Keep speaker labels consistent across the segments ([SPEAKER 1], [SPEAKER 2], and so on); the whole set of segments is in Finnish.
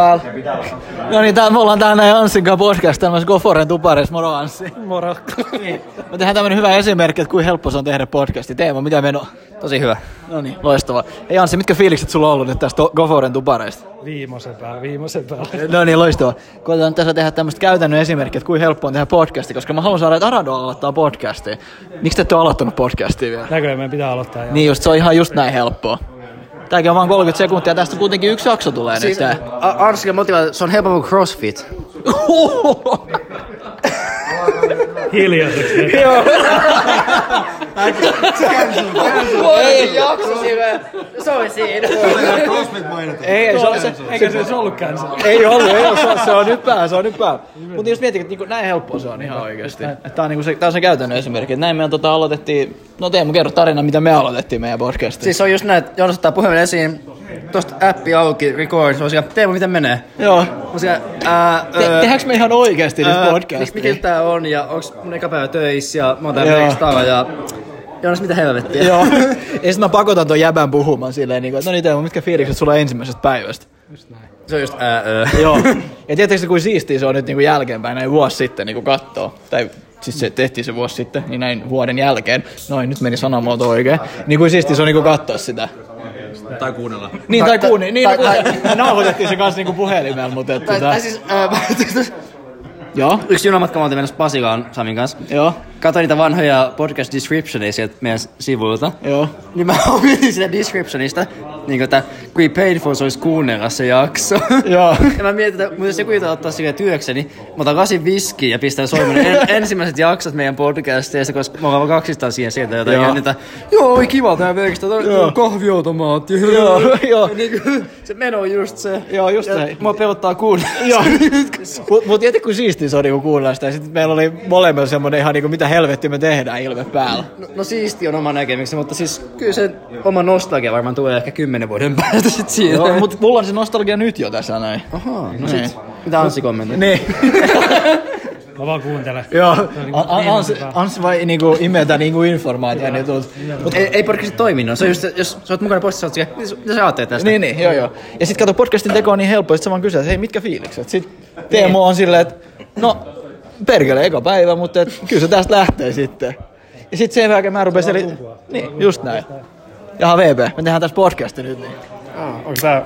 [SPEAKER 1] Täällä. No niin, tää, me ollaan täällä näin Anssin kanssa podcast tämmöisessä Goforen tupareissa. Moro Anssi.
[SPEAKER 2] Moro.
[SPEAKER 1] Niin. Me tehdään tämmönen hyvä esimerkki, että kuinka helppo se on tehdä podcasti. Teema, mitä meno?
[SPEAKER 3] Tosi hyvä.
[SPEAKER 1] No niin, loistavaa. Hei Anssi, mitkä fiilikset sulla on ollut nyt tästä Goforen tupareista?
[SPEAKER 2] Viimeisen päällä, viimeisen päällä.
[SPEAKER 1] No niin, loistavaa. Koitetaan tässä tehdä tämmöistä käytännön esimerkkiä, että kuinka helppo on tehdä podcasti, koska mä haluan saada, että Arado aloittaa podcastia. Miksi te ette ole aloittanut podcastia vielä?
[SPEAKER 2] Näköjään meidän pitää aloittaa. Niin.
[SPEAKER 1] Niin just, se on ihan just näin helppoa. Tääkin on vaan 30 sekuntia, tästä kuitenkin yksi jakso tulee siis... nyt. tää.
[SPEAKER 3] A- Arskilla motiva, se on helpompi kuin crossfit.
[SPEAKER 2] Hiljaiseksi.
[SPEAKER 3] Voi jakso siinä. Se on siinä.
[SPEAKER 1] Ei, ei, se on se,
[SPEAKER 2] Eikä se edes ollutkaan se.
[SPEAKER 1] Ei ollut, ei ollut. Se on, se on nyt päällä, se on nyt päällä. Mutta jos mietit, että niinku näin helppoa se on ihan oikeasti. Tämä on, niinku se, tää on se käytännön esimerkki. Et Näin me tota, aloitettiin, no Teemu kerro tarina, mitä me aloitettiin meidän podcastiin.
[SPEAKER 3] Siis se on just näin, että Joonas ottaa puhelimen esiin, tosta appi auki, record, se on siellä, Teemu, miten menee?
[SPEAKER 1] Joo.
[SPEAKER 3] Mä siellä, ää,
[SPEAKER 1] Te, tehdäänkö me ihan oikeasti nyt
[SPEAKER 3] ää,
[SPEAKER 1] podcastia?
[SPEAKER 3] Mikä tää on ja onks mun eka päivä töissä ja mä oon täällä
[SPEAKER 1] Joo.
[SPEAKER 3] rekstalla ja... Joonas, mitä helvettiä?
[SPEAKER 1] Joo. ja sit mä pakotan ton jäbän puhumaan silleen, niinku, että no niin Teemu, mitkä fiilikset sulla ensimmäisestä päivästä?
[SPEAKER 3] Se on just ää, öö.
[SPEAKER 1] Joo. Ja tietysti kuin siistiä se on nyt niinku jälkeenpäin, näin vuosi sitten niinku kattoo. Tai siis se tehtiin se vuosi sitten, niin näin vuoden jälkeen. Noin, nyt meni sanamuoto oikein. Niin kuin siistiä se on niinku katsoa sitä.
[SPEAKER 4] Tai kuunnella.
[SPEAKER 1] Niin, tai
[SPEAKER 3] Tai-
[SPEAKER 1] kuuni. Niin,
[SPEAKER 3] tai-
[SPEAKER 1] tai, tai, nauhoitettiin se kanssa niinku puhelimella, mutta että...
[SPEAKER 3] Tai,
[SPEAKER 1] tota-
[SPEAKER 3] tai siis, ää,
[SPEAKER 1] Joo,
[SPEAKER 3] yksi junamatka mä oltiin menossa Pasilaan Samin kanssa.
[SPEAKER 1] joo,
[SPEAKER 3] Katoin niitä vanhoja podcast descriptioneja sieltä meidän sivuilta.
[SPEAKER 1] joo.
[SPEAKER 3] Niin mä omitin sitä descriptionista, niin kuin, että kuinka painful se olisi kuunnella se jakso.
[SPEAKER 1] Joo.
[SPEAKER 3] Ja mä mietin, että mutta jos joku jota ottaa sille työkseni, mä otan lasin viskiä ja pistän soimaan en, ensimmäiset jaksot meidän podcasteista, koska me ollaan vaan kaksistaan siihen sieltä jotain.
[SPEAKER 1] Joo.
[SPEAKER 3] Ja niitä, joo, ei kiva tää verkistä, tää
[SPEAKER 1] Joo.
[SPEAKER 3] on niinku kahviautomaatti.
[SPEAKER 1] Joo, joo.
[SPEAKER 3] Niin kuin, se meno on just se.
[SPEAKER 1] Joo, just
[SPEAKER 3] Ja
[SPEAKER 1] näin.
[SPEAKER 3] Mua pelottaa kuulla.
[SPEAKER 1] Joo. Mut, mut jätä kuin siistiä se on niinku kuunnella sitä. Sitten meillä oli molemmilla semmonen ihan niinku mitä helvettiä me tehdään ilme päällä.
[SPEAKER 3] No, no siisti on oma näkemyksensä, mutta siis kyllä se oma nostalgia varmaan tulee ehkä kymmenen vuoden päästä sit siitä.
[SPEAKER 1] Joo, mut mulla on se nostalgia nyt jo tässä näin.
[SPEAKER 3] Ahaa, no
[SPEAKER 1] Niin.
[SPEAKER 3] sit. Mitä Anssi kommentoi?
[SPEAKER 1] Niin.
[SPEAKER 2] Mä vaan kuuntelen.
[SPEAKER 1] Joo,
[SPEAKER 2] niinku
[SPEAKER 1] A- a- Ans,
[SPEAKER 2] viimeisellä.
[SPEAKER 1] ans vai niinku imetä niinku informaatiota nyt. Mut,
[SPEAKER 3] Ei, ei podcastit toiminut. Se on just, se, jos sä oot mukana postissa, sä oot silleen, mitä sä ajattelet tästä?
[SPEAKER 1] niin, niin, joo, joo. Ja sit kato, podcastin teko on niin helppo, sit sä vaan kysyt, hei, mitkä fiilikset? Sit Teemu on silleen, että no, perkele, eka päivä, mutta et, kyllä se tästä lähtee sitten. Ja sit sen jälkeen mä rupean seli... Niin, just näin. Jaha, VP, me tehdään tässä podcasti nyt. Niin.
[SPEAKER 2] Onks tää...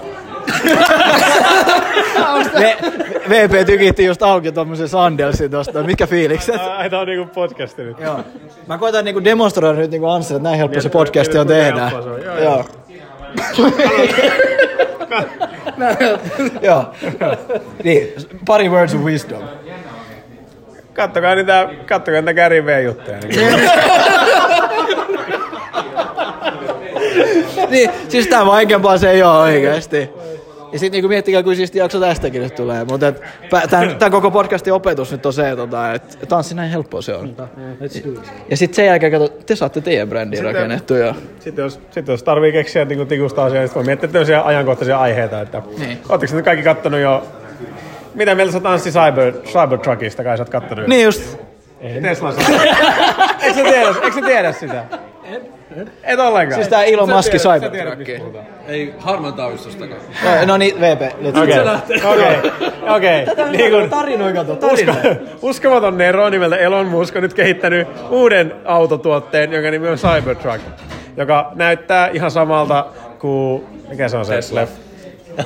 [SPEAKER 1] V- VP tykitti just auki tommosen sandelsin tosta. Mitkä fiilikset?
[SPEAKER 2] Ai tää on niinku podcasti nyt.
[SPEAKER 1] Joo. Mä koitan niinku demonstroida nyt niinku Anssi, että näin helppo se podcasti on
[SPEAKER 2] Mietin,
[SPEAKER 1] tehdä.
[SPEAKER 2] kuinka helppoa se on. Joo,
[SPEAKER 1] Joo. Joo. Niin, pari words of wisdom.
[SPEAKER 2] Kattokaa niitä, kattokaa niitä Gary V-juttuja. Niin.
[SPEAKER 1] Niin, siis tää vaikeampaa se ei oo oikeesti. Ja sit niinku miettikää, kuin siisti jakso tästäkin nyt tulee. Mutta et, pä- tän, tän, koko podcastin opetus nyt on se, tota, että tanssi näin helppoa se on. Ja sit sen jälkeen kato, te saatte teidän brändiä rakennettu. Joo.
[SPEAKER 2] Sitten jos, sitten jos tarvii keksiä niinku tikusta asiaa, niin sit voi miettiä tämmöisiä ajankohtaisia aiheita. Että
[SPEAKER 1] Niin.
[SPEAKER 2] niin. Ootteko nyt kaikki kattonut jo... Mitä mieltä sä oot Anssi Cyber, Cybertruckista? Kai sä oot kattonut jo.
[SPEAKER 1] Niin just.
[SPEAKER 2] Tesla Eikö sä tiedä, eikö sä tiedä sitä? Et ollenkaan.
[SPEAKER 1] Siis tää Elon
[SPEAKER 2] Sä
[SPEAKER 1] Musk
[SPEAKER 2] tiedät- sä tiedät,
[SPEAKER 1] Cybertruck.
[SPEAKER 2] mistä puhutaan.
[SPEAKER 4] Ei harman taustastakaan.
[SPEAKER 1] Joo, No niin, VP. let's
[SPEAKER 2] Okei,
[SPEAKER 1] go.
[SPEAKER 2] okei, okei. Niin kun
[SPEAKER 1] Tarinoja kato,
[SPEAKER 2] usko,
[SPEAKER 1] tarinoja.
[SPEAKER 2] uskomaton Nero nimeltä Elon Musk on nyt kehittänyt uuden autotuotteen, jonka nimi on Cybertruck, joka näyttää ihan samalta kuin... Mikä se on se?
[SPEAKER 4] Tesla.
[SPEAKER 2] Lef-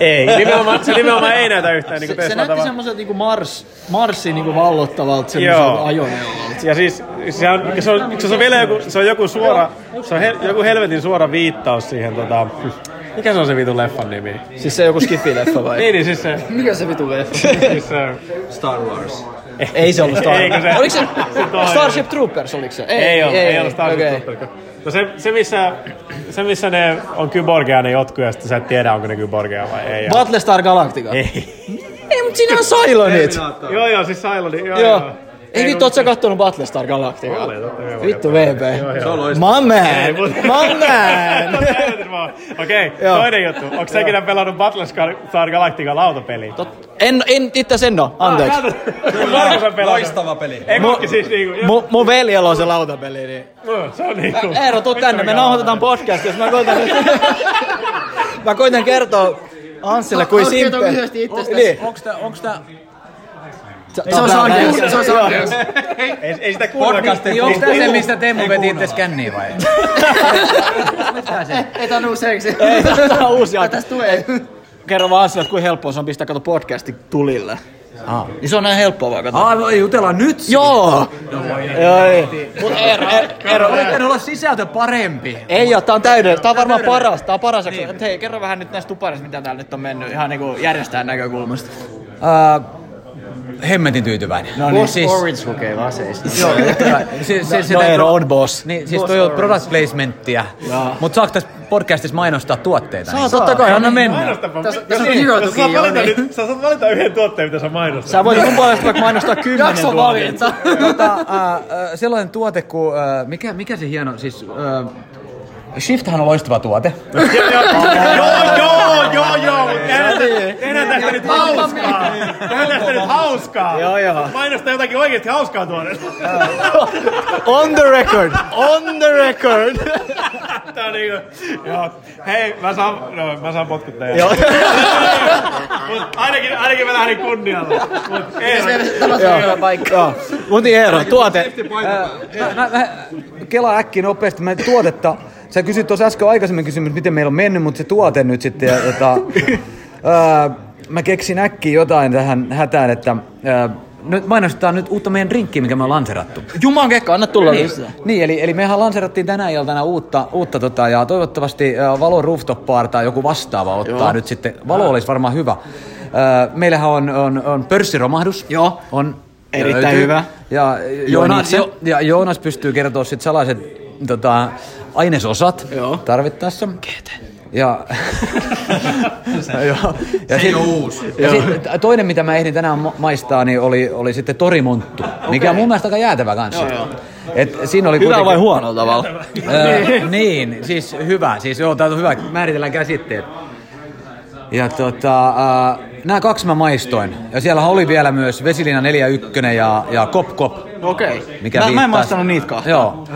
[SPEAKER 2] Ei, nimenomaan, se nimenomaan ei näytä yhtään niin kuin
[SPEAKER 1] Se, se näytti
[SPEAKER 2] Tesla.
[SPEAKER 1] semmoiselta niinku Mars, Marsin niinku vallottavalta semmoiselta
[SPEAKER 2] Joo.
[SPEAKER 1] ajoneuvon.
[SPEAKER 2] Ja siis se on, se on, se on vielä joku, se on joku suora, se on hel, joku helvetin suora viittaus siihen tota, mikä se on se vitun leffan nimi?
[SPEAKER 1] Siis se joku skifileffa vai?
[SPEAKER 2] Niin, niin siis se,
[SPEAKER 3] Mikä se vitu leffa?
[SPEAKER 2] siis se
[SPEAKER 4] Star Wars.
[SPEAKER 1] ei se ollut Star
[SPEAKER 2] Eikö se?
[SPEAKER 1] Oliko se,
[SPEAKER 2] Se toinen.
[SPEAKER 1] Starship Troopers, oliko se?
[SPEAKER 2] Ei, ole, ei, ei, ole Starship
[SPEAKER 1] okei.
[SPEAKER 2] Troopers. No se, se, missä, se, missä ne on kyborgia ne jotkut, ja sitten sä et tiedä, onko ne kyborgia vai ei. Ja...
[SPEAKER 1] Battlestar Galactica.
[SPEAKER 2] Ei.
[SPEAKER 1] Ei, mut siinä on Cylonit.
[SPEAKER 2] joo, joo, siis Cyloni. Joo,
[SPEAKER 1] Joo.
[SPEAKER 2] joo.
[SPEAKER 1] Ei vittu, oot sä kattonut Battlestar Galacticaa?
[SPEAKER 2] Olen, totta kai mä
[SPEAKER 1] Vittu
[SPEAKER 2] katson.
[SPEAKER 1] VP.
[SPEAKER 2] Joo, joo.
[SPEAKER 4] Se on loistava.
[SPEAKER 1] My
[SPEAKER 2] Ei,
[SPEAKER 1] man!
[SPEAKER 2] mut-
[SPEAKER 1] My man!
[SPEAKER 2] Totta helvetin vaan. Okei,
[SPEAKER 1] Joo.
[SPEAKER 2] toinen juttu. Onko sä ikinä pelannut Battlestar Galactica lautapeliä?
[SPEAKER 1] En, en, itse asiassa en oo, anteeksi.
[SPEAKER 2] Markus on pelannut.
[SPEAKER 4] Loistava peli.
[SPEAKER 2] Ei,
[SPEAKER 1] Mu-
[SPEAKER 2] mu- siis niinku, joo,
[SPEAKER 1] Mun, mun veljellä on se lautapeli, niin...
[SPEAKER 2] mu- se on niinku.
[SPEAKER 1] Eero, tuu tänne, me nauhoitetaan podcast, jos mä koitan... mä koitan kertoa Anssille kuin
[SPEAKER 5] Haluat
[SPEAKER 1] Simpe.
[SPEAKER 5] kertoa lyhyesti itsestäsi?
[SPEAKER 1] Niin.
[SPEAKER 4] Onks tää, onks tää,
[SPEAKER 5] Se on Sankeus, se on Sankeus.
[SPEAKER 2] Ei, ei sitä kuullakaan.
[SPEAKER 6] Niin onks tää se, mistä Teemu veti itse skänniä vai?
[SPEAKER 5] Ei tää on useiksi.
[SPEAKER 1] Ei, tää on uusi aika.
[SPEAKER 5] Tästä tulee.
[SPEAKER 1] Kerro vaan Anssille, että kuinka helppoa se on pistää kato podcasti tulille. Ah. Niin se on näin helppoa vaan kato.
[SPEAKER 4] aa, ei jutella nyt?
[SPEAKER 1] Joo! Joo, ei. Mut Eero, Eero,
[SPEAKER 6] Voiko olla sisältö parempi?
[SPEAKER 1] ei oo, tää on täydellinen. Tää on varmaan paras, tää on paras jakso. Mut Hei, kerro vähän nyt näistä tupareista, mitä täällä nyt on mennyt ihan niinku järjestään näkökulmasta.
[SPEAKER 6] Uh, hemmetin tyytyväinen. No
[SPEAKER 3] Boss Orange lukee laseista.
[SPEAKER 6] Joo, siis, siis,
[SPEAKER 1] No Eero on boss.
[SPEAKER 6] Niin, siis toi on product placementtia. Mutta saako tässä podcastissa mainostaa tuotteita? Niin.
[SPEAKER 1] Saa, totta kai, anna mennä.
[SPEAKER 2] Mainostapa.
[SPEAKER 5] Tässä- tässä on kirjoitukin
[SPEAKER 2] Sä saat
[SPEAKER 5] jo,
[SPEAKER 2] valita
[SPEAKER 5] niin.
[SPEAKER 2] nyt- Sä saat valita yhden tuotteen, mitä sä mainostat.
[SPEAKER 1] Sä voit mun puolesta vaikka mainostaa kymmenen
[SPEAKER 5] Jakso
[SPEAKER 1] tuomiota.
[SPEAKER 5] valinta.
[SPEAKER 6] tota, äh, äh, sellainen tuote kuin, äh, mikä, mikä se hieno, siis... Äh, Shifthän on loistava tuote.
[SPEAKER 2] Joo, joo, joo, joo, joo, joo, mut tehdään tä- tehdään tästä nyt hauskaa. Tehdään tästä nyt hauskaa.
[SPEAKER 1] Joo, joo.
[SPEAKER 2] Mainosta jotakin oikeesti hauskaa tuonne.
[SPEAKER 1] On the record, on the record.
[SPEAKER 2] Tää on niinku, joo. Hei, mä saan, no, mä saan potkut teille.
[SPEAKER 1] Joo.
[SPEAKER 2] Mut ainakin, ainakin mä lähdin kunnialla. Mut ei,
[SPEAKER 5] Tämä on hyvä paikka.
[SPEAKER 1] Joo. Mut niin Eero, tuote.
[SPEAKER 6] Mä, mä, mä kelaan äkkiä nopeasti, mä tuotetta. Sä kysyt tuossa äsken aikaisemmin kysymys, miten meillä on mennyt, mutta se tuote nyt sitten. Ja, jota, ää, mä keksin äkkiä jotain tähän hätään, että ää, nyt mainostetaan nyt uutta meidän drinkkiä, mikä me on lanserattu.
[SPEAKER 1] Juman kekka, anna tulla lisää.
[SPEAKER 6] Niin, eli, eli mehän lanserattiin tänä iltana uutta, uutta tota, ja toivottavasti ä, Valo rooftop bar tai joku vastaava ottaa Joo. nyt sitten. Valo olisi varmaan hyvä. Ä, meillähän on, on, on pörssiromahdus.
[SPEAKER 3] Joo.
[SPEAKER 6] On.
[SPEAKER 3] Erittäin hyvä.
[SPEAKER 6] Ja
[SPEAKER 3] Joonas-
[SPEAKER 6] Joonas,
[SPEAKER 3] Jo-
[SPEAKER 6] ja Joonas pystyy kertoa sitten sellaiset tota, ainesosat Joo. tarvittaessa. Kete. Ja, Joo. ja
[SPEAKER 4] ei oo uusi.
[SPEAKER 6] ja sit, toinen, mitä mä ehdin tänään ma- maistaa, niin oli, oli sitten torimonttu, mikä on mun mielestä aika jäätävä kanssa. Et siinä oli
[SPEAKER 1] Hyvä
[SPEAKER 6] kuitenkin-
[SPEAKER 1] vai huonolla tavalla?
[SPEAKER 6] Öö, niin, siis hyvä. Siis joo, tää on hyvä. Määritellään käsitteet. Ja tota, äh, nämä kaksi mä maistoin. Ja siellä oli vielä myös Vesilina 41 ja, ja Kop Kop.
[SPEAKER 1] Okei.
[SPEAKER 6] Mikä
[SPEAKER 1] Mä- mä en
[SPEAKER 6] viittaa-
[SPEAKER 1] maistanut niitä kahta.
[SPEAKER 6] Joo.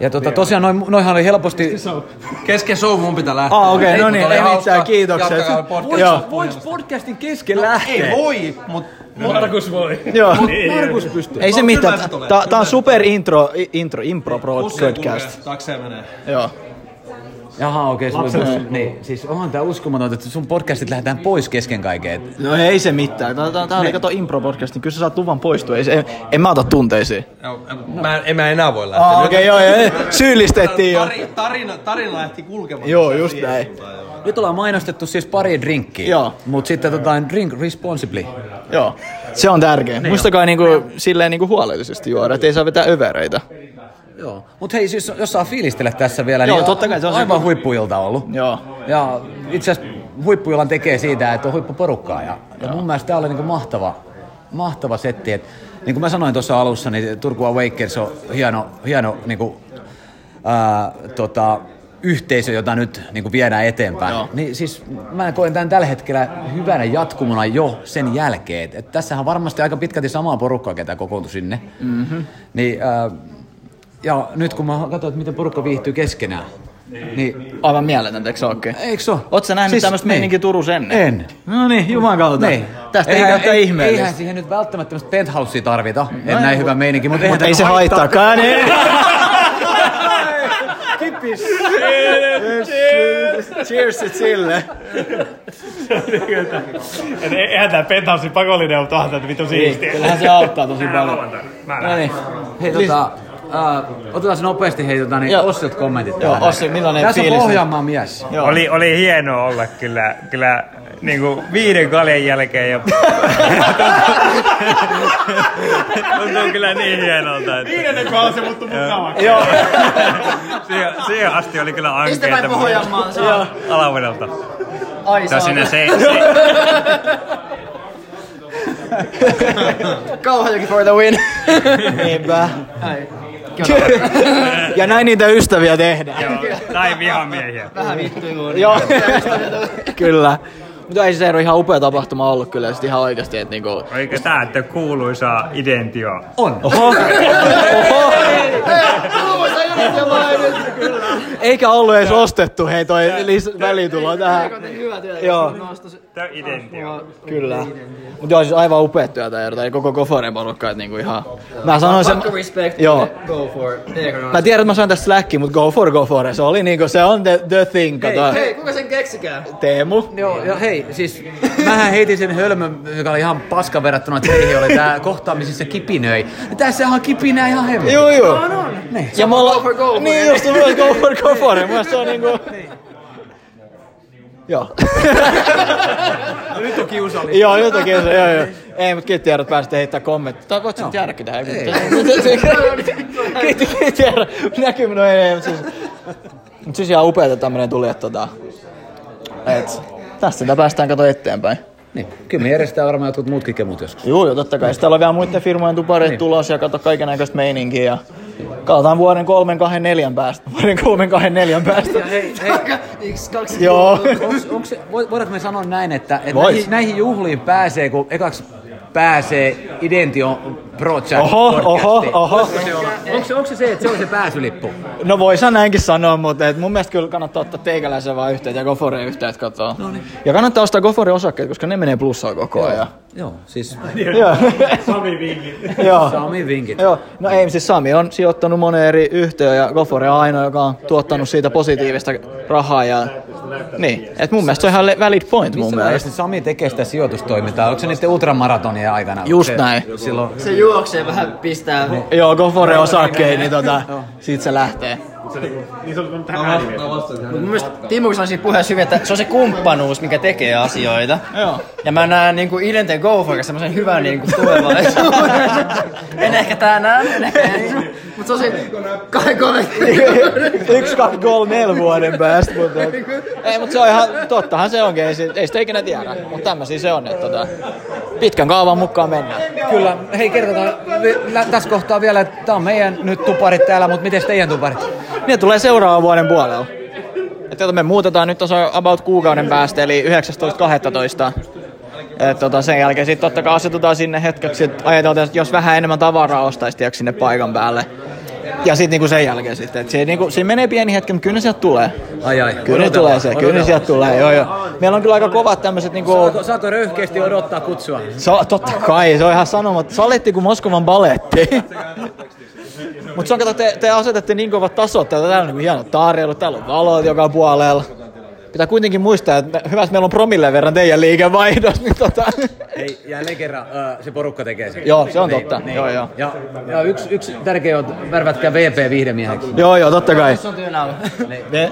[SPEAKER 6] Ja tota, tosiaan noin, noihan oli helposti...
[SPEAKER 4] Kesken show mun pitää lähteä.
[SPEAKER 1] Ah, okei, no
[SPEAKER 4] Mut
[SPEAKER 1] niin,
[SPEAKER 4] oli
[SPEAKER 1] ei
[SPEAKER 4] hauska.
[SPEAKER 1] mitään, kiitokset.
[SPEAKER 4] Jatkakaa podcast.
[SPEAKER 1] Joo.
[SPEAKER 6] Voiko podcastin kesken lähteä?
[SPEAKER 4] Ei voi, mut
[SPEAKER 2] Markus voi.
[SPEAKER 1] Joo.
[SPEAKER 6] Markus pystyy.
[SPEAKER 1] Ei se
[SPEAKER 4] No,
[SPEAKER 1] mitään.
[SPEAKER 4] kyllä se tulee.
[SPEAKER 1] Tää, tää on super intro, i- intro, impro pro-
[SPEAKER 4] usein
[SPEAKER 1] podcast.
[SPEAKER 4] kulkee, takseen menee.
[SPEAKER 1] Joo.
[SPEAKER 6] Jaha, okei. Okay, niin, siis onhan tää uskomatonta, että sun podcastit lähdetään pois kesken kaiken. Et-
[SPEAKER 1] No ei se mitään. Tää, tää, tää oli kato impro podcast, niin kyllä sä saat luvan poistua. Ei se, en, en mä ota tunteisiin.
[SPEAKER 4] Joo, Mä en, en mä enää voi lähteä.
[SPEAKER 1] Ah,
[SPEAKER 4] Nyt-
[SPEAKER 1] okei, okay, joo, joo. Syyllistettiin jo.
[SPEAKER 4] Tari- tarina, tarina lähti kulkemaan.
[SPEAKER 1] Joo, just näin.
[SPEAKER 6] Nyt ollaan mainostettu siis pari drinkkiä.
[SPEAKER 1] Joo.
[SPEAKER 6] Mutta sitten tota, drink responsibly.
[SPEAKER 1] Joo. Se on tärkeä. Muistakaa niinku, silleen niinku huolellisesti juoda, ettei saa vetää övereitä.
[SPEAKER 6] Joo. Mut hei, siis jos saa fiilistellä tässä vielä,
[SPEAKER 1] Joo,
[SPEAKER 6] niin
[SPEAKER 1] totta kai, se on se-
[SPEAKER 6] aivan huippuilta ollut.
[SPEAKER 1] Joo.
[SPEAKER 6] Ja itse asiassa huippuillan tekee siitä, että on huippuporukkaa. Ja, ja mun mielestä tää oli niinku mahtava, mahtava setti. Et, niin kuin mä sanoin tuossa alussa, niin Turku Awakers on hieno, hieno niinku, ää, tota, yhteisö, jota nyt niinku viedään eteenpäin. Joo. Niin siis mä koen tämän tällä hetkellä hyvänä jatkumona jo sen jälkeen. Et, et tässähän on varmasti aika pitkälti samaa porukkaa, ketä kokoontui sinne. Mm-hmm. Niin, ää, ja nyt kun mä katson, että miten porukka viihtyy keskenään, niin
[SPEAKER 1] Aivan mieletöntä, eikö se oikein?
[SPEAKER 6] Eikö se ole? Siis niin.
[SPEAKER 1] Oot sä nähnyt tämmöstä meininkiä Turussa ennen?
[SPEAKER 6] En.
[SPEAKER 1] No niin, juman kautta.
[SPEAKER 6] Niin.
[SPEAKER 1] Tästä ei näyttää ihmeellistä.
[SPEAKER 6] Eihän siihen nyt välttämättä tämmöistä penthousea tarvita. en näin hyvä meininki, mutta
[SPEAKER 1] Mutta ei se haittaakaan. niin. Ei. Kippis. Cheers sille.
[SPEAKER 2] Et e- Eihän tää penthouse pakollinen, mutta onhan tää vittu siistiä.
[SPEAKER 1] Kyllähän se auttaa tosi
[SPEAKER 2] Mä
[SPEAKER 1] paljon.
[SPEAKER 2] aloitan tän. Mä
[SPEAKER 6] No
[SPEAKER 2] lähden.
[SPEAKER 6] niin. Hei, tota, äh, otetaan se nopeasti, hei, tota, niin
[SPEAKER 1] Siis- Joo.
[SPEAKER 6] Ossilta kommentit
[SPEAKER 1] Joo,
[SPEAKER 6] tähän.
[SPEAKER 1] Ossi, millainen
[SPEAKER 6] Tässä on
[SPEAKER 1] fiilis?
[SPEAKER 6] Pohjanmaan mies.
[SPEAKER 1] Joo.
[SPEAKER 7] Oli, oli hienoa olla kyllä, kyllä niin kuin viiden kaljen jälkeen ja tuntuu kyllä niin hienolta, että
[SPEAKER 2] Viidennen kohdalla se muuttuu mukavaksi.
[SPEAKER 7] siihen, siihen asti oli kyllä
[SPEAKER 5] Mistä päin
[SPEAKER 7] ankeeta
[SPEAKER 5] Pohjanmaan saa?
[SPEAKER 7] alavuudelta.
[SPEAKER 5] Ai
[SPEAKER 7] Se
[SPEAKER 5] saa.
[SPEAKER 7] on sinne se, se,
[SPEAKER 5] Kauhajoki for the win.
[SPEAKER 1] Niinpä.
[SPEAKER 5] Ai.
[SPEAKER 1] Ja näin niitä ystäviä tehdään.
[SPEAKER 7] tai vihamiehiä.
[SPEAKER 5] Vähän vittuiluun.
[SPEAKER 1] Joo. Kyllä. Mutta ei se Eero ihan upea tapahtuma ollut kyllä sit ihan oikeasti, että niinku...
[SPEAKER 7] Oliko tää, että
[SPEAKER 5] niin.
[SPEAKER 7] kuuluisa identio?
[SPEAKER 6] On.
[SPEAKER 1] Oho! Oho!
[SPEAKER 5] Kuuluisa
[SPEAKER 1] Eikä ollut edes ostettu, hei toi lis- välitulo tähän.
[SPEAKER 5] niin Hyvä työ.
[SPEAKER 1] Joo.
[SPEAKER 7] Tämä on identio.
[SPEAKER 1] Kyllä. Mut joo, siis aivan upea työtä Erta, ja koko Goforen porukka, et niinku ihan... Mä sanoin sen...
[SPEAKER 5] Pakko respect.
[SPEAKER 1] Joo.
[SPEAKER 5] Go for it. Eikö ne
[SPEAKER 1] Mä tiedän, että mä sain tästä Slackiin, mut go for go for it. Se oli niinku, se on the, the thing, kato.
[SPEAKER 5] ole? Hei, kuka sen keksikään?
[SPEAKER 1] Teemu.
[SPEAKER 6] Joo, ja hei, siis mähän heitin sen hölmön, joka oli ihan paska verrattuna teihin, oli tää kohtaamisissa kipinöi. Ja tässä on kipinää ihan hemmin.
[SPEAKER 1] Joo, joo.
[SPEAKER 5] No,
[SPEAKER 1] On, on. Niin. Ja me ollaan... Go for go Niin, just myös go for go for it. Mä se on niinku... Joo.
[SPEAKER 5] Nyt on kiusallista.
[SPEAKER 1] Joo, jotakin se, joo, joo. Ei, mut kiitti Jarrot päästä heittää kommentti. Tai voit sä nyt jäädäkin tähän. Ei. Kiitti, kiitti Jarrot. Näkyminen on ei, mut siis... Mut siis ihan upeeta tämmönen tuli, että tota... Et, tästä sitä päästään kato eteenpäin.
[SPEAKER 6] Niin, kyllä me järjestetään varmaan jotkut muutkin kemut joskus.
[SPEAKER 1] Joo, joo, totta kai. Sitten täällä on vielä muiden firmojen tupareita niin. tulos ja kato kaiken näköistä meininkiä. Ja katsotaan vuoden kolmen, kahden, neljän päästä. Vuoden kolmen, kahden, neljän päästä.
[SPEAKER 5] Yksi, kaksi.
[SPEAKER 1] joo.
[SPEAKER 6] Onks, onks, se- voi- voidaanko me sanoa näin, että, että
[SPEAKER 1] Vois.
[SPEAKER 6] näihin, näihin, juhliin pääsee, kun ekaksi pääsee Identio Project
[SPEAKER 1] Oho, oho, oho.
[SPEAKER 6] Onko se, onko se se, että se on se pääsylippu?
[SPEAKER 1] No voisin näinkin sanoa, mutta et mun mielestä kyllä kannattaa ottaa teikäläisen vaan yhteyttä ja Goforeen yhteyttä katsoa. Ja kannattaa ostaa Goforen osakkeet, koska ne menee plussaa koko ajan.
[SPEAKER 6] Joo, siis
[SPEAKER 1] Joo.
[SPEAKER 7] Sami vinkit.
[SPEAKER 1] Joo.
[SPEAKER 6] Sami vinkit.
[SPEAKER 1] Joo, no ei, siis Sami on sijoittanut moneen eri yhtiöön ja Gofore on ainoa, joka on tuottanut siitä positiivista rahaa. Ja... Niin, et mun mielestä se on ihan le- valid point mun
[SPEAKER 6] Missä
[SPEAKER 1] mielestä.
[SPEAKER 6] vaiheessa Sami tekee sitä sijoitustoimintaa? Onko se niiden ultramaratonien aikana?
[SPEAKER 1] Just
[SPEAKER 6] se,
[SPEAKER 1] näin.
[SPEAKER 6] Silloin
[SPEAKER 5] Se juoksee vähän pistää.
[SPEAKER 1] Joo, Gofore osakkeen, niin tota, siitä se lähtee.
[SPEAKER 7] Niin se on tähän äänimies.
[SPEAKER 5] Mut mun mielestä Timo sanoi siinä puheessa hyvin, että se on se kumppanuus, mikä tekee asioita. Joo. Ja mä näen niinku Identen Go for semmosen hyvän niinku tulevaisuuden. en ehkä tänään, en ehkä ensi. Mut se on se kahden kolmen.
[SPEAKER 1] Yksi, kaksi, kolme, neljä vuoden päästä. tota- Mutta... ei, mutta se on ihan, tottahan se onkin, ei, se- ei sitä ikinä tiedä. Mutta tämmöisiä se on, että tota, pitkän kaavan mukaan mennään.
[SPEAKER 6] Kyllä, hei kertokaa vi- lä- tässä kohtaa vielä, että tämä on meidän nyt tuparit täällä, mutta miten teidän tuparit?
[SPEAKER 1] Ne tulee seuraavan vuoden puolella. Että me muutetaan nyt tuossa about kuukauden päästä, eli 19.12. Et tota, sen jälkeen sitten totta kai asetutaan sinne hetkeksi, että ajatellaan, että jos vähän enemmän tavaraa ostaisi tiedätkö, sinne paikan päälle. Ja sitten niinku sen jälkeen sitten. Et siinä, niinku, siinä menee pieni hetki, mutta kyllä ne sieltä tulee.
[SPEAKER 6] Ai ai,
[SPEAKER 1] Kyllä ne tulee se, kyllä ne sieltä tulee, joo joo. Meillä on kyllä aika kovat tämmöiset niinku...
[SPEAKER 6] Saako, saako röyhkeästi odottaa kutsua?
[SPEAKER 1] Se on, totta kai, se on ihan sanomatta. Saletti kuin Moskovan baletti. Mutta niin? se on, kato, te, te asetette niin kovat tasot, että täällä on niin hieno tarjoilu, täällä on valot joka puolella. Pitää kuitenkin muistaa, että me- hyvä, että meillä on promille verran teidän liikevaihdos, niin tota...
[SPEAKER 6] Ei, jälleen kerran äh, se porukka tekee sen.
[SPEAKER 1] Joo, se on totta. Joo, joo.
[SPEAKER 6] Ja, ja yksi, yksi tärkeä on, että värvätkää VP viihdemieheksi.
[SPEAKER 1] Joo, joo, totta kai.
[SPEAKER 5] Se on työnauha.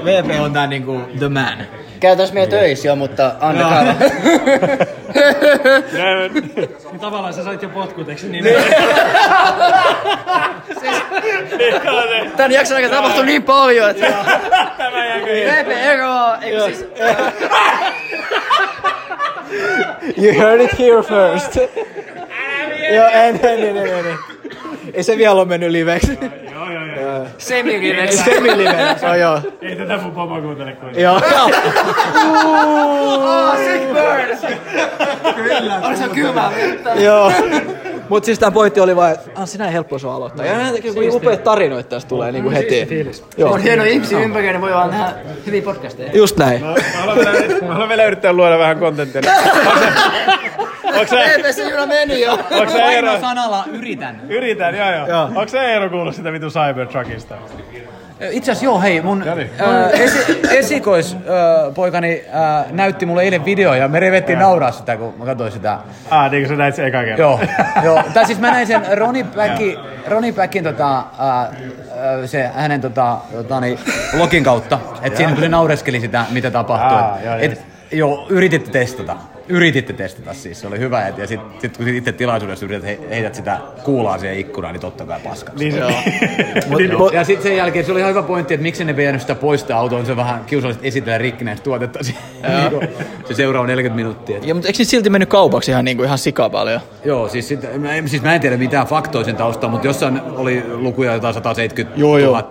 [SPEAKER 1] VP on tää niinku the man.
[SPEAKER 5] Käytäis meidän töissä jo, mutta antakaa.
[SPEAKER 8] Tavallaan sä sait jo potkut, eikö niin?
[SPEAKER 5] Tän jakson aikana tapahtui niin paljon, että... Tämä jääkö VP eroaa, eikö siis...
[SPEAKER 1] You heard it here first. Joo, en, en, en, en, en. Ei se vielä ole mennyt liveksi.
[SPEAKER 5] Semi-liveksi.
[SPEAKER 1] Semi-liveksi, joo, joo.
[SPEAKER 7] Ei tätä mun pomo kuuntele kuin.
[SPEAKER 1] Joo.
[SPEAKER 5] Oh, sick bird! Kyllä. On se kylmää vettä.
[SPEAKER 1] Joo. Mut siis tää pointti oli vaan, että on sinä helppo sua aloittaa. Ja näitä kyllä upeat tarinoita tässä tulee niinku heti. Joo.
[SPEAKER 5] On hieno ihmisiä ympärillä, ne voi vaan tehdä hyviä podcasteja.
[SPEAKER 1] Just näin.
[SPEAKER 7] Mä haluan vielä- Mä haluan vielä yrittää luoda vähän kontenttia. Onks se,
[SPEAKER 5] Ei, se juna meni jo.
[SPEAKER 7] onks se Eero?
[SPEAKER 6] sanalla yritän.
[SPEAKER 7] Yritän, joo joo.
[SPEAKER 1] Joo.
[SPEAKER 7] Onks se Eero kuullut sitä vitu Cybertruckista?
[SPEAKER 6] Äh, Itse asiassa joo, hei, mun
[SPEAKER 7] No niin.
[SPEAKER 6] äh, esi- esikoispoikani äh, näytti mulle eilen video ja me revettiin nauraa sitä, kun mä katsoin sitä.
[SPEAKER 7] Ah, niin kuin sä näit sen eka kerran.
[SPEAKER 6] Joo, joo. Tai siis mä näin sen Roni Päkki, Roni Päkin tota, ää, ää, se, hänen tota, tota, niin, login kautta. Että siinä kun se naureskeli sitä, mitä tapahtuu.
[SPEAKER 7] Aa,
[SPEAKER 6] et,
[SPEAKER 7] joo,
[SPEAKER 6] et, joo, yrititte testata. Yrititte testata siis, se oli hyvä. Et, ja sitten sit, kun itse tilaisuudessa yrität, he, heität sitä kuulaa siihen ikkunaan, niin totta kai paskaksi.
[SPEAKER 7] Niin se, Niin,
[SPEAKER 1] Mut-
[SPEAKER 6] Ja sitten sen jälkeen se oli ihan hyvä pointti, että miksi ne vienyt sitä poista autoon, se vähän kiusallisesti esitellä rikkinäistä tuotetta. Niinku se seuraava 40 minuuttia.
[SPEAKER 1] Ja, mutta eikö niitä silti mennyt kaupaksi ihan, niinku, ihan sika paljon?
[SPEAKER 6] Joo, siis, sit, mä, en- siis mä en tiedä mitään faktoa sen taustalla, mutta jossain oli lukuja jotain 170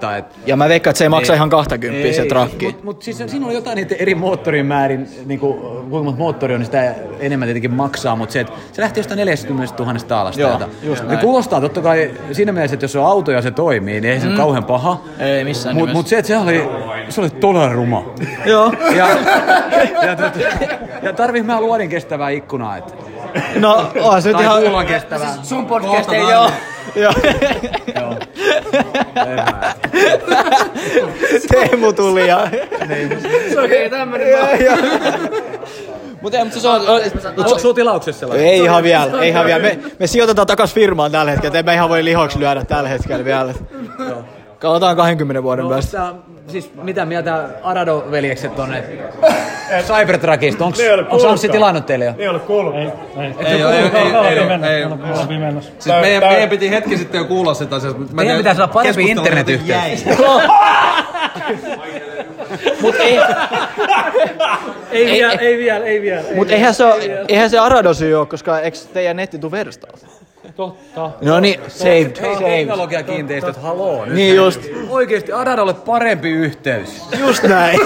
[SPEAKER 6] 000. Et,
[SPEAKER 1] Ja mä veikkaan, että se ei maksa ihan 20 se
[SPEAKER 6] Ei,
[SPEAKER 1] trakki.
[SPEAKER 6] Mut, mut siis siinä oli jotain niitä eri moottorien määrin, niinku, kuinka monta moottori on, niin sitä se enemmän tietenkin maksaa, mutta se, että se lähti jostain 40 000 taalasta.
[SPEAKER 1] Joo,
[SPEAKER 6] jota-
[SPEAKER 1] just
[SPEAKER 6] ne kuulostaa totta kai siinä mielessä, että jos on auto ja se toimii, niin ei se mm. kauhean paha.
[SPEAKER 5] Ei missään
[SPEAKER 6] Mutta
[SPEAKER 5] nimessä.
[SPEAKER 6] mut se, että se oli, se oli todella ruma.
[SPEAKER 1] Joo.
[SPEAKER 6] Ja, ja, tot- ja tarvii mä luodin kestävää ikkunaa. Et.
[SPEAKER 1] No, on se nyt ihan...
[SPEAKER 6] kestävää.
[SPEAKER 5] Sun podcast ei oo.
[SPEAKER 1] Siis Joo. Teemu tuli ja...
[SPEAKER 5] Okei, tämmönen.
[SPEAKER 1] Mutta ei, mutta se on... on-
[SPEAKER 6] Onko sulla tilauksessa sellainen?
[SPEAKER 1] Ei ihan vielä, ei ihan vielä. Me, me sijoitetaan takas firmaan tällä hetkellä, emme ihan voi lihoksi lyödä tällä hetkellä vielä. Katsotaan 20 vuoden
[SPEAKER 6] No,
[SPEAKER 1] päästä.
[SPEAKER 6] sitä, siis mitä mieltä Arado-veljekset on? et- Cybertruckista, onko
[SPEAKER 2] Ne ei ole
[SPEAKER 6] Anssi
[SPEAKER 2] kuullutkaan.
[SPEAKER 6] tilannut teille jo?
[SPEAKER 2] Ei ole kuullut.
[SPEAKER 4] Ei, oo, ei, oo, ei, oo, ei, oo, ei, oo.
[SPEAKER 8] menossa.
[SPEAKER 4] Siis
[SPEAKER 2] Tää-
[SPEAKER 4] meidän,
[SPEAKER 2] tää-
[SPEAKER 4] meidän piti hetki sitten jo kuulla sitä asiasta. mutta mä en
[SPEAKER 6] Meidän
[SPEAKER 4] tiedä,
[SPEAKER 6] pitäisi olla parempi
[SPEAKER 4] keskustelu
[SPEAKER 6] internetyhteys.
[SPEAKER 4] jotenkin jäi.
[SPEAKER 1] Mut, ei,
[SPEAKER 8] Ei vielä, ei vielä, ei vielä.
[SPEAKER 1] mut eihän, se, oo- eihän se Arado syy ole, koska eiks teidän netti tuu verstaalta?
[SPEAKER 8] Totta.
[SPEAKER 1] No niin, saved, saved.
[SPEAKER 6] Teknologiakiinteistöt, haloo. nyt.
[SPEAKER 1] Niin just,
[SPEAKER 6] Oikeesti Aradolle parempi yhteys.
[SPEAKER 1] just näin.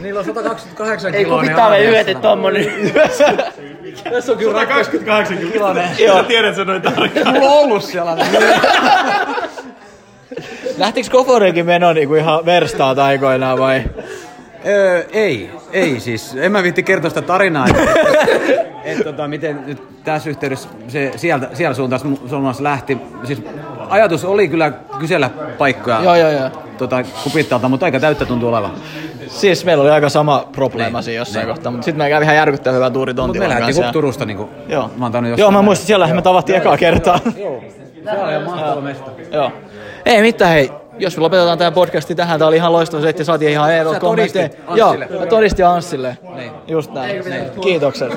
[SPEAKER 6] Niillä on 128
[SPEAKER 5] Ei kun pitää olla yötä tommonen.
[SPEAKER 2] Tässä on kyllä 28 kiloinen.
[SPEAKER 1] Joo.
[SPEAKER 2] Sä tiedät sen noin tarkkaan.
[SPEAKER 6] Mulla on ollut siellä.
[SPEAKER 1] Lähtikö Koforenkin meno niinku ihan verstaalta aikoinaan vai?
[SPEAKER 6] Öö, ei, ei siis. En mä viitti kertoa sitä tarinaa. että- Et, tota, miten nyt tässä yhteydessä se sieltä, siellä suuntaan mu- suomalaiset lähti. Siis ajatus oli kyllä kysellä paikkoja
[SPEAKER 1] Joo, joo, joo.
[SPEAKER 6] Tota, kupittalta, mutta aika täyttä tuntuu olevan.
[SPEAKER 1] Siis meillä oli aika sama probleema
[SPEAKER 6] Niin,
[SPEAKER 1] siinä jossain kohtaa, mutta sitten me kävi ihan järkyttävän hyvän tuuri
[SPEAKER 6] Mutta me
[SPEAKER 1] tontilla
[SPEAKER 6] lähti
[SPEAKER 1] kanssa.
[SPEAKER 6] kun
[SPEAKER 1] ja-
[SPEAKER 6] Turusta niinku.
[SPEAKER 1] Joo.
[SPEAKER 6] Mä oon tainnut jossain
[SPEAKER 1] Joo, mä
[SPEAKER 6] määrin-
[SPEAKER 1] muistin, siellä me tavattiin ekaa kertaa.
[SPEAKER 6] Joo. Se oli ihan mahtava mesta.
[SPEAKER 1] Joo. Ei mitään, hei. Jos me lopetetaan tämä podcasti tähän, tämä oli ihan loistava setti, saatiin ihan ero
[SPEAKER 6] Sä
[SPEAKER 1] kommentteja.
[SPEAKER 6] todistit
[SPEAKER 1] Joo,
[SPEAKER 6] Anssille. Niin.
[SPEAKER 1] mä todistin Anssille. Just näin. Kiitokset.